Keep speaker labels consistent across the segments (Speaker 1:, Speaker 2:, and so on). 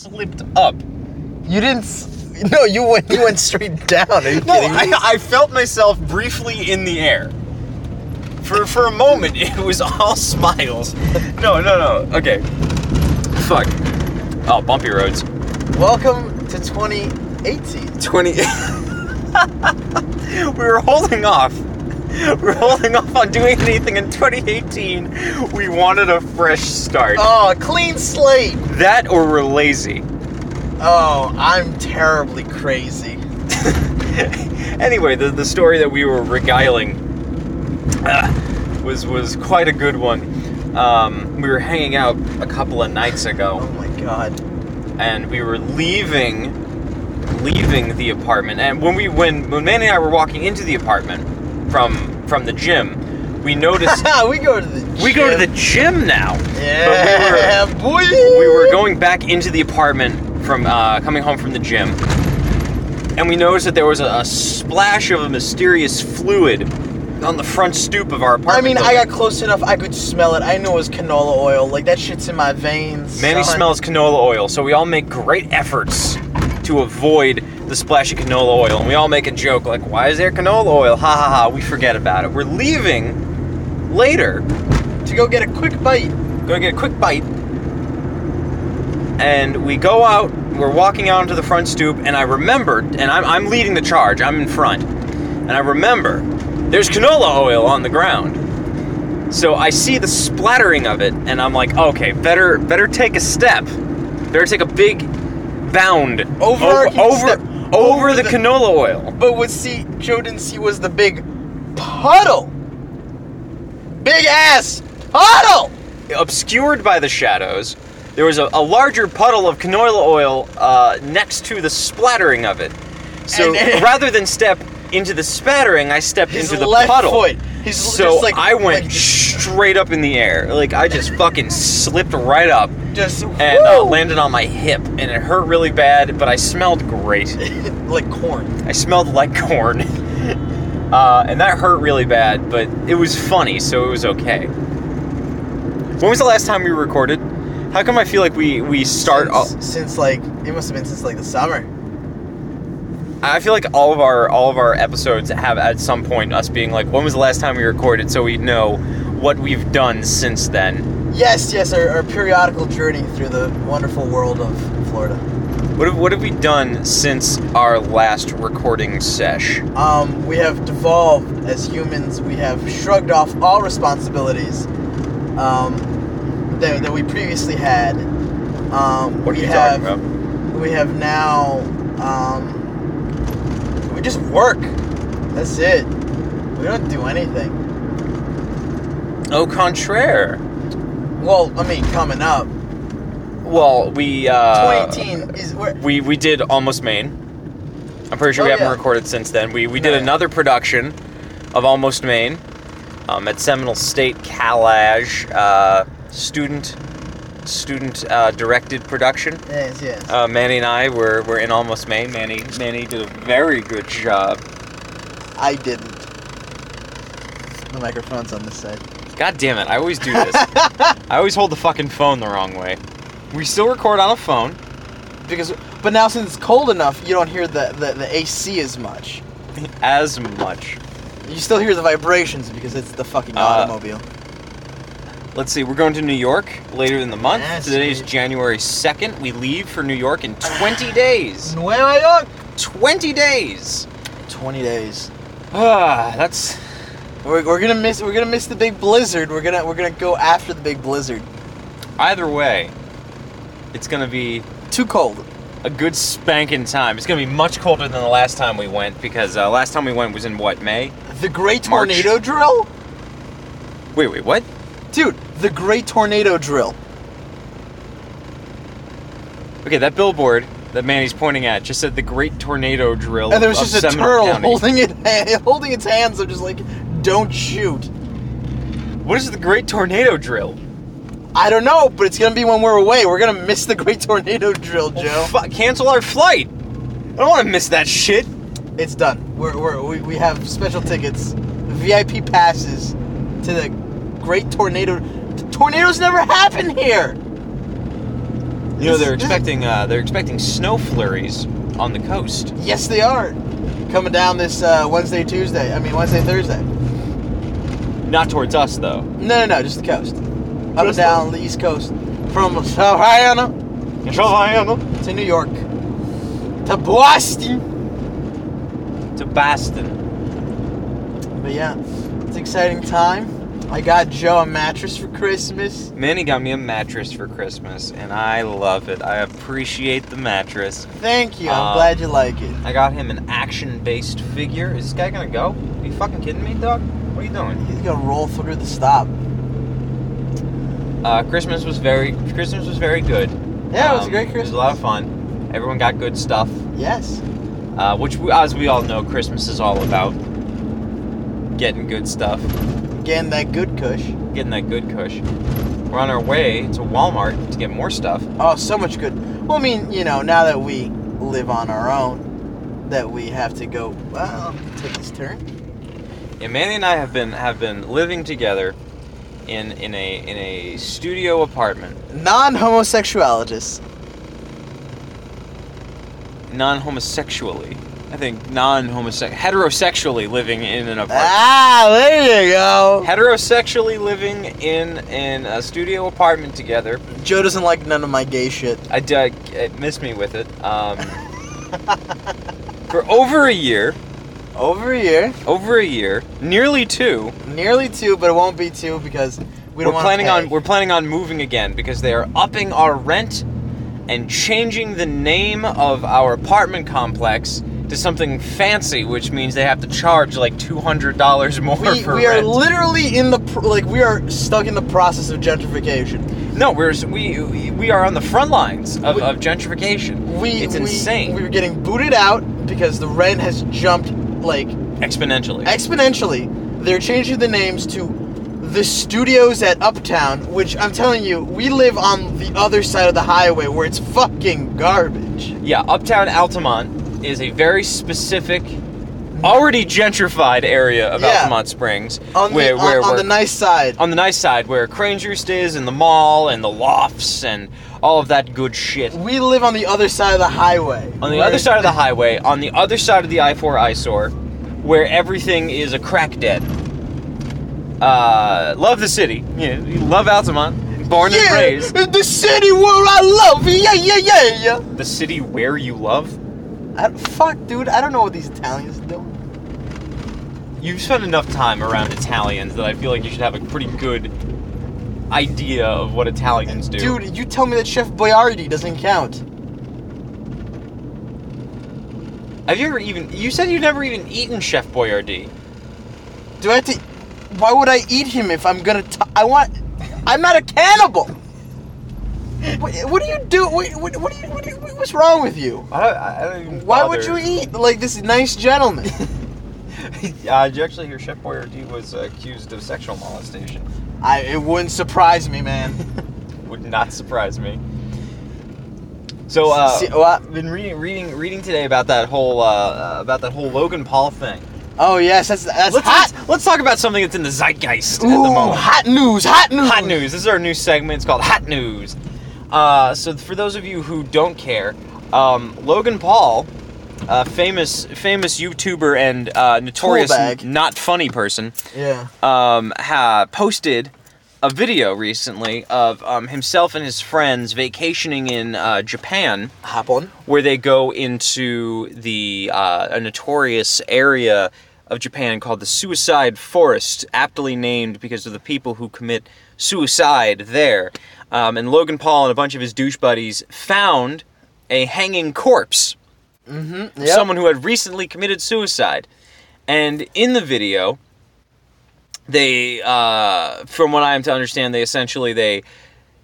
Speaker 1: slipped up.
Speaker 2: You didn't. s- No, you went. You went straight down. Are you
Speaker 1: No,
Speaker 2: kidding me?
Speaker 1: I, I felt myself briefly in the air. For for a moment, it was all smiles. No, no, no. Okay. Fuck. Oh, bumpy roads.
Speaker 2: Welcome to 2018.
Speaker 1: 20. we were holding off. We We're holding off on doing anything in 2018. We wanted a fresh start.
Speaker 2: Oh, clean slate.
Speaker 1: That or we're lazy.
Speaker 2: Oh, I'm terribly crazy.
Speaker 1: anyway, the, the story that we were regaling uh, was was quite a good one. Um, we were hanging out a couple of nights
Speaker 2: Oh
Speaker 1: ago,
Speaker 2: my god.
Speaker 1: and we were leaving leaving the apartment. And when we when when Manny and I were walking into the apartment from from the gym, we noticed
Speaker 2: we go to the. Gym.
Speaker 1: we go to the gym now.
Speaker 2: Yeah, boy.
Speaker 1: we were going back into the apartment from uh, coming home from the gym, and we noticed that there was a, a splash of a mysterious fluid on the front stoop of our apartment.
Speaker 2: I mean, I
Speaker 1: building.
Speaker 2: got close enough. I could smell it. I knew it was canola oil. Like that shit's in my veins.
Speaker 1: Manny
Speaker 2: son.
Speaker 1: smells canola oil, so we all make great efforts to avoid the splash of canola oil, and we all make a joke like, "Why is there canola oil?" Ha ha ha! We forget about it. We're leaving later.
Speaker 2: to go get a quick bite.
Speaker 1: Gonna get a quick bite. And we go out, we're walking out onto the front stoop, and I remembered, and I'm, I'm leading the charge, I'm in front. And I remember, there's canola oil on the ground. So I see the splattering of it, and I'm like, okay, better better take a step. Better take a big bound over
Speaker 2: Overarching
Speaker 1: over,
Speaker 2: step.
Speaker 1: over, the, canola oil.
Speaker 2: But what see Joe didn't see was the big puddle. Big ass puddle.
Speaker 1: Obscured by the shadows, there was a, a larger puddle of canola oil uh, next to the splattering of it. So
Speaker 2: And- and-
Speaker 1: rather than step into the spattering, I stepped
Speaker 2: His
Speaker 1: into the
Speaker 2: left
Speaker 1: puddle.
Speaker 2: foot. He's
Speaker 1: so
Speaker 2: just like
Speaker 1: I went
Speaker 2: like just,
Speaker 1: straight up in the air. Like I just fucking slipped right up
Speaker 2: just
Speaker 1: and uh,
Speaker 2: woo!
Speaker 1: landed on my hip, and it hurt really bad. But I smelled great.
Speaker 2: like corn.
Speaker 1: I smelled like corn. Uh, and that hurt really bad, but it was funny, so it was okay. When was the last time we recorded? How come I feel like we we start? All,
Speaker 2: since, since like it must have been since like the summer.
Speaker 1: I feel like all of our all of our episodes have at some point us being like, when was the last time we recorded, so we know what we've done since then.
Speaker 2: Yes, yes, our, our periodical journey through the wonderful world of Florida.
Speaker 1: What have, what have we done since our last recording sesh?
Speaker 2: Um, we have devolved as humans. We have shrugged off all responsibilities um, that, that we previously had. Um,
Speaker 1: What are
Speaker 2: we
Speaker 1: you
Speaker 2: have,
Speaker 1: talking about?
Speaker 2: We have now. Um, we just work. That's it. We don't do anything.
Speaker 1: Au contraire.
Speaker 2: Well, I mean, coming up,
Speaker 1: Well, we uh,
Speaker 2: 2018 is we're,
Speaker 1: We we did almost Maine. I'm pretty sure we
Speaker 2: Oh,
Speaker 1: haven't
Speaker 2: yeah.
Speaker 1: recorded since then. We we did
Speaker 2: No.
Speaker 1: another production of Almost Maine um, at Seminole State Calage uh, student student uh, directed production.
Speaker 2: yes, yes.
Speaker 1: Uh, Manny and I were, were in Almost Maine. Manny Manny did a very good job.
Speaker 2: I didn't. The microphone's on this side.
Speaker 1: God damn it! I always do this. I always hold the fucking phone the wrong way. We still record on a phone.
Speaker 2: Because, but now since it's cold enough, you don't hear the, the, the AC as much.
Speaker 1: As much.
Speaker 2: You still hear the vibrations because it's the fucking
Speaker 1: Uh,
Speaker 2: automobile.
Speaker 1: Let's see, we're going to New York later in the month.
Speaker 2: Yes,
Speaker 1: Today is
Speaker 2: dude.
Speaker 1: January 2nd. We leave for New York in 20 days.
Speaker 2: Nueva York.
Speaker 1: 20 days!
Speaker 2: Twenty days.
Speaker 1: Ah, that's.
Speaker 2: We're, we're gonna miss we're gonna miss the big blizzard. We're gonna we're gonna go after the big blizzard.
Speaker 1: Either way, it's gonna be
Speaker 2: Too cold.
Speaker 1: a good spanking time. It's gonna be much colder than the last time we went because uh, last time we went was in what, May?
Speaker 2: The Great
Speaker 1: March.
Speaker 2: Tornado Drill,
Speaker 1: Wait, wait, what?
Speaker 2: dude. The Great Tornado Drill.
Speaker 1: Okay, that billboard that Manny's pointing at just said the Great Tornado Drill.
Speaker 2: And there was
Speaker 1: of
Speaker 2: just a
Speaker 1: Seminole
Speaker 2: turtle
Speaker 1: County.
Speaker 2: holding it holding its hands. I'm just like, don't shoot.
Speaker 1: What is the Great Tornado Drill?
Speaker 2: I don't know, but it's gonna be when we're away. We're gonna miss the Great Tornado Drill, Joe.
Speaker 1: Fu- cancel our flight! I don't wanna miss that shit!
Speaker 2: It's done. We're, we're, we, we have special tickets, VIP passes to the Great Tornado. Tornadoes never happen here.
Speaker 1: You know
Speaker 2: This-
Speaker 1: they're
Speaker 2: this-
Speaker 1: expecting uh, they're expecting snow flurries on the coast.
Speaker 2: Yes, they are coming down this uh, Wednesday, Tuesday. I mean Wednesday, Thursday.
Speaker 1: Not towards us though.
Speaker 2: No, no, no, just the coast. Up and
Speaker 1: Just the-
Speaker 2: down the East Coast, from South Carolina to New York to Boston.
Speaker 1: To Boston.
Speaker 2: But yeah, it's an exciting time. I got Joe a mattress for Christmas.
Speaker 1: Manny got me a mattress for Christmas, and I love it. I appreciate the mattress.
Speaker 2: Thank you. I'm
Speaker 1: Uh,
Speaker 2: glad you like it.
Speaker 1: I got him an action-based figure. Is this guy gonna go? Are you fucking kidding me, dog? What are you doing?
Speaker 2: He's gonna roll through the stop.
Speaker 1: Uh, Christmas was very Christmas was very good.
Speaker 2: Yeah, it was a
Speaker 1: Um,
Speaker 2: great
Speaker 1: It was
Speaker 2: Christmas.
Speaker 1: a lot of fun. Everyone got good stuff,
Speaker 2: Yes.
Speaker 1: uh, which, we, as we all know, Christmas is all about getting good stuff,
Speaker 2: Again, that good cush.
Speaker 1: getting that good cush. We're on our way to Walmart to get more stuff.
Speaker 2: Oh, so much good. Well, I mean, you know, now that we live on our own, that we have to go. Well, take this turn.
Speaker 1: And Manny and I have been have been living together in in a in a studio apartment,
Speaker 2: Non-homosexualists.
Speaker 1: non-homosexually. I think non-homosexual, heterosexually living in an apartment.
Speaker 2: Ah, there you go.
Speaker 1: heterosexually living in in a studio apartment together.
Speaker 2: Joe doesn't like none of my gay shit.
Speaker 1: I dug it missed me with it. Um, for over a year,
Speaker 2: Over a year,
Speaker 1: over a year, nearly two.
Speaker 2: nearly two, but it won't be two because
Speaker 1: are
Speaker 2: we don't want.
Speaker 1: planning on we're planning on moving again because they are upping our rent and changing the name of our apartment complex to something fancy, which means they have to charge like two hundred dollars more
Speaker 2: we,
Speaker 1: for
Speaker 2: we are
Speaker 1: rent.
Speaker 2: literally in the pr- like we are stuck in the process of gentrification.
Speaker 1: no, we're we we are on the front lines of,
Speaker 2: We-
Speaker 1: of gentrification.
Speaker 2: We
Speaker 1: it's
Speaker 2: we-
Speaker 1: insane
Speaker 2: We were getting booted out because the rent has jumped like
Speaker 1: exponentially.
Speaker 2: exponentially. They're changing the names to the studios at Uptown, which I'm telling you, we live on the other side of the highway where it's fucking garbage.
Speaker 1: Yeah, Uptown Altamont is a very specific, already gentrified area of
Speaker 2: Yeah.
Speaker 1: Altamont Springs.
Speaker 2: On the,
Speaker 1: where,
Speaker 2: on,
Speaker 1: where,
Speaker 2: on
Speaker 1: where-
Speaker 2: the nice side.
Speaker 1: on the nice side, where Crane's Roost is, and the mall, and the lofts, and all of that good shit.
Speaker 2: We live on the other side of the highway.
Speaker 1: On the
Speaker 2: where-
Speaker 1: other side of the highway, on the other side of the I 4 eyesore, where everything is a crack dead. Uh, love the city. Yeah, you love Altamont. Born and
Speaker 2: yeah,
Speaker 1: raised.
Speaker 2: the city where I love. Yeah, yeah, yeah, yeah.
Speaker 1: The city where you love.
Speaker 2: I, don't- fuck, dude, I don't know what these Italians do.
Speaker 1: You've spent enough time around Italians that I feel like you should have a pretty good idea of what Italians do.
Speaker 2: Dude, you tell me that Chef Boyardee doesn't count.
Speaker 1: have you ever even? You said you've never even eaten Chef Boyardee.
Speaker 2: Do I have to? Why would I eat him if I'm gonna? T- I want. I'm not a cannibal. What, what do you do? What, what, what, do you, what do you? What's wrong with you?
Speaker 1: I don't, I don't even
Speaker 2: Why would you eat like this nice gentleman?
Speaker 1: eat? uh, did you actually hear Chef Boyardee was accused of sexual molestation?
Speaker 2: I. It wouldn't surprise me, man.
Speaker 1: Would not surprise me. So uh,
Speaker 2: See, oh. what?
Speaker 1: I've been reading, reading, reading today about that whole uh, uh, about that whole Logan Paul thing.
Speaker 2: Oh yes, that's that's
Speaker 1: let's,
Speaker 2: hot.
Speaker 1: let's let's talk about something that's in the zeitgeist at the
Speaker 2: Ooh,
Speaker 1: moment.
Speaker 2: hot news. Hot news.
Speaker 1: Hot news. This is our new segment. It's called Hot News. Uh, so for those of you who don't care, um, Logan Paul, a famous famous YouTuber and uh, notorious
Speaker 2: Toolbag.
Speaker 1: not funny person,
Speaker 2: Yeah.
Speaker 1: um, ha- posted a video recently of um, himself and his friends vacationing in uh, Japan
Speaker 2: Hop on.
Speaker 1: where they go into the uh, a notorious area of Japan called the Suicide Forest, aptly named because of the people who commit suicide there. Um, and Logan Paul and a bunch of his douche buddies found a hanging corpse,
Speaker 2: Yep.
Speaker 1: someone who had recently committed suicide. And in the video, they, uh, from what I am to understand, they essentially they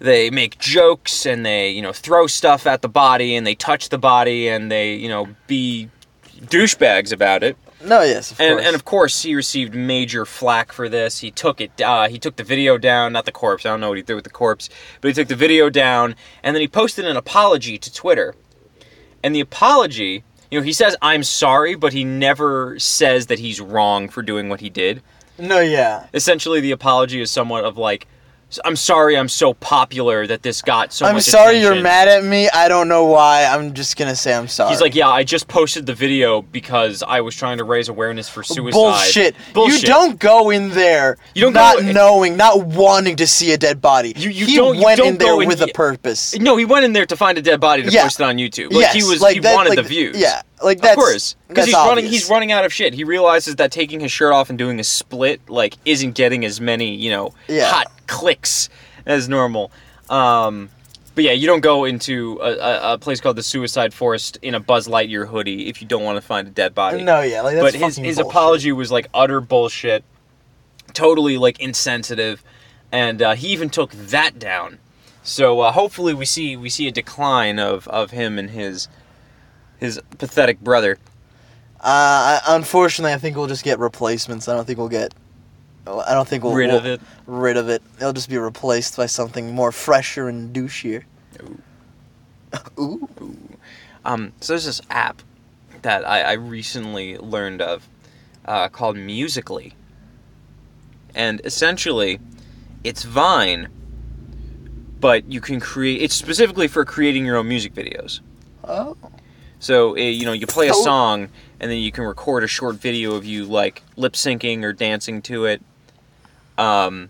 Speaker 1: they make jokes and they you know throw stuff at the body and they touch the body and they you know be douchebags about it
Speaker 2: No. Yes. Of
Speaker 1: and
Speaker 2: course.
Speaker 1: and of course he received major flack for this he took it uh, he took the video down not the corpse i don't know what he did with the corpse but he took the video down and then he posted an apology to twitter and the apology you know he says i'm sorry but he never says that he's wrong for doing what he did
Speaker 2: no. Yeah.
Speaker 1: essentially the apology is somewhat of like "S- I'm sorry I'm so popular that this got so
Speaker 2: I'm
Speaker 1: much
Speaker 2: sorry you're
Speaker 1: attention."
Speaker 2: mad at me. I don't know why. I'm just gonna say I'm sorry.
Speaker 1: He's like, yeah, I just posted the video because I was trying to raise awareness for suicide.
Speaker 2: Bullshit.
Speaker 1: Bullshit.
Speaker 2: You don't go in there
Speaker 1: You don't
Speaker 2: not
Speaker 1: go-
Speaker 2: knowing, not wanting to see a dead body.
Speaker 1: You- you
Speaker 2: he
Speaker 1: don't- you
Speaker 2: went
Speaker 1: don't
Speaker 2: in there
Speaker 1: go in
Speaker 2: with
Speaker 1: the-
Speaker 2: a purpose.
Speaker 1: No, he went in there to find a dead body to
Speaker 2: Yeah.
Speaker 1: post it on YouTube. Like he
Speaker 2: Yes,
Speaker 1: was, he
Speaker 2: that-
Speaker 1: wanted
Speaker 2: like,
Speaker 1: the views.
Speaker 2: Yeah, like
Speaker 1: of
Speaker 2: that's
Speaker 1: course, because
Speaker 2: that's
Speaker 1: he's running.
Speaker 2: obvious.
Speaker 1: He's running out of shit. He realizes that taking his shirt off and doing a split like isn't getting as many you know
Speaker 2: Yeah.
Speaker 1: hot clicks as normal. Um, but yeah, you don't go into a, a, a place called the Suicide Forest in a Buzz Lightyear hoodie if you don't want to find a dead body.
Speaker 2: No, yeah, like that's
Speaker 1: but his
Speaker 2: fucking
Speaker 1: his
Speaker 2: bullshit.
Speaker 1: apology was like utter bullshit, totally like insensitive, and uh, he even took that down. So uh, hopefully we see we see a decline of of him and his his pathetic brother.
Speaker 2: Uh, I- unfortunately, I think we'll just get replacements. I don't think we'll get. I don't think we'll
Speaker 1: Rid of
Speaker 2: we'll-
Speaker 1: it.
Speaker 2: Rid of it. It'll just be replaced by something more fresher and douchier. Ooh.
Speaker 1: Um, so there's this app that I, I recently learned of uh, called Musically, and essentially, it's Vine, but you can create. It's specifically for creating your own music videos.
Speaker 2: Oh.
Speaker 1: So uh, you know, you play a
Speaker 2: Oh.
Speaker 1: song, and then you can record a short video of you like lip syncing or dancing to it. Um,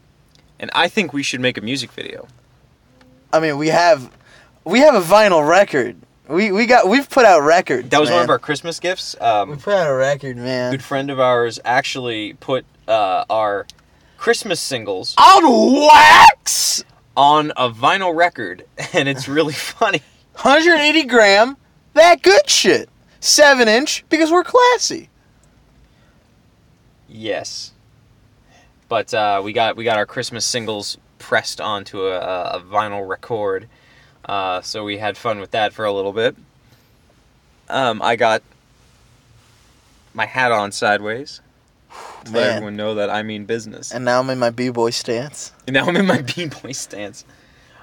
Speaker 1: and I think we should make a music video.
Speaker 2: I mean, we have, we have a vinyl record. We we got we've put out records.
Speaker 1: That was one of
Speaker 2: man.
Speaker 1: our Christmas gifts. Um,
Speaker 2: We put out a record, man.
Speaker 1: good friend of ours actually put uh, our Christmas singles
Speaker 2: On wax.
Speaker 1: on a vinyl record, and it's really funny.
Speaker 2: 180 gram. That good shit. Seven inch because we're classy.
Speaker 1: Yes, but uh, we got we got our Christmas singles pressed onto a, a vinyl record, uh, so we had fun with that for a little bit. Um, I got my hat on sideways. To let
Speaker 2: Man.
Speaker 1: everyone know that I mean business.
Speaker 2: And now I'm in my b-boy stance.
Speaker 1: And now I'm in my b-boy stance.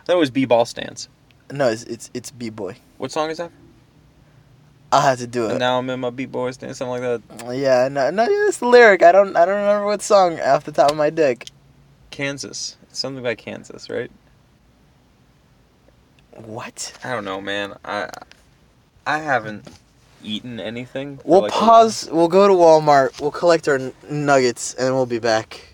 Speaker 1: I thought it was b-ball stance.
Speaker 2: No, it's it's, it's b-boy.
Speaker 1: What song is that?
Speaker 2: I'll have to do it.
Speaker 1: And now I'm in my beat boy stand, something like that.
Speaker 2: Yeah, no, no, it's the lyric. I don't, I don't remember what song off the top of my dick.
Speaker 1: Kansas. It's something by Kansas, right?
Speaker 2: What?
Speaker 1: I don't know, man. I I haven't eaten anything. for
Speaker 2: We'll
Speaker 1: like a
Speaker 2: pause. We'll go to Walmart. We'll collect our n- nuggets, and we'll be back.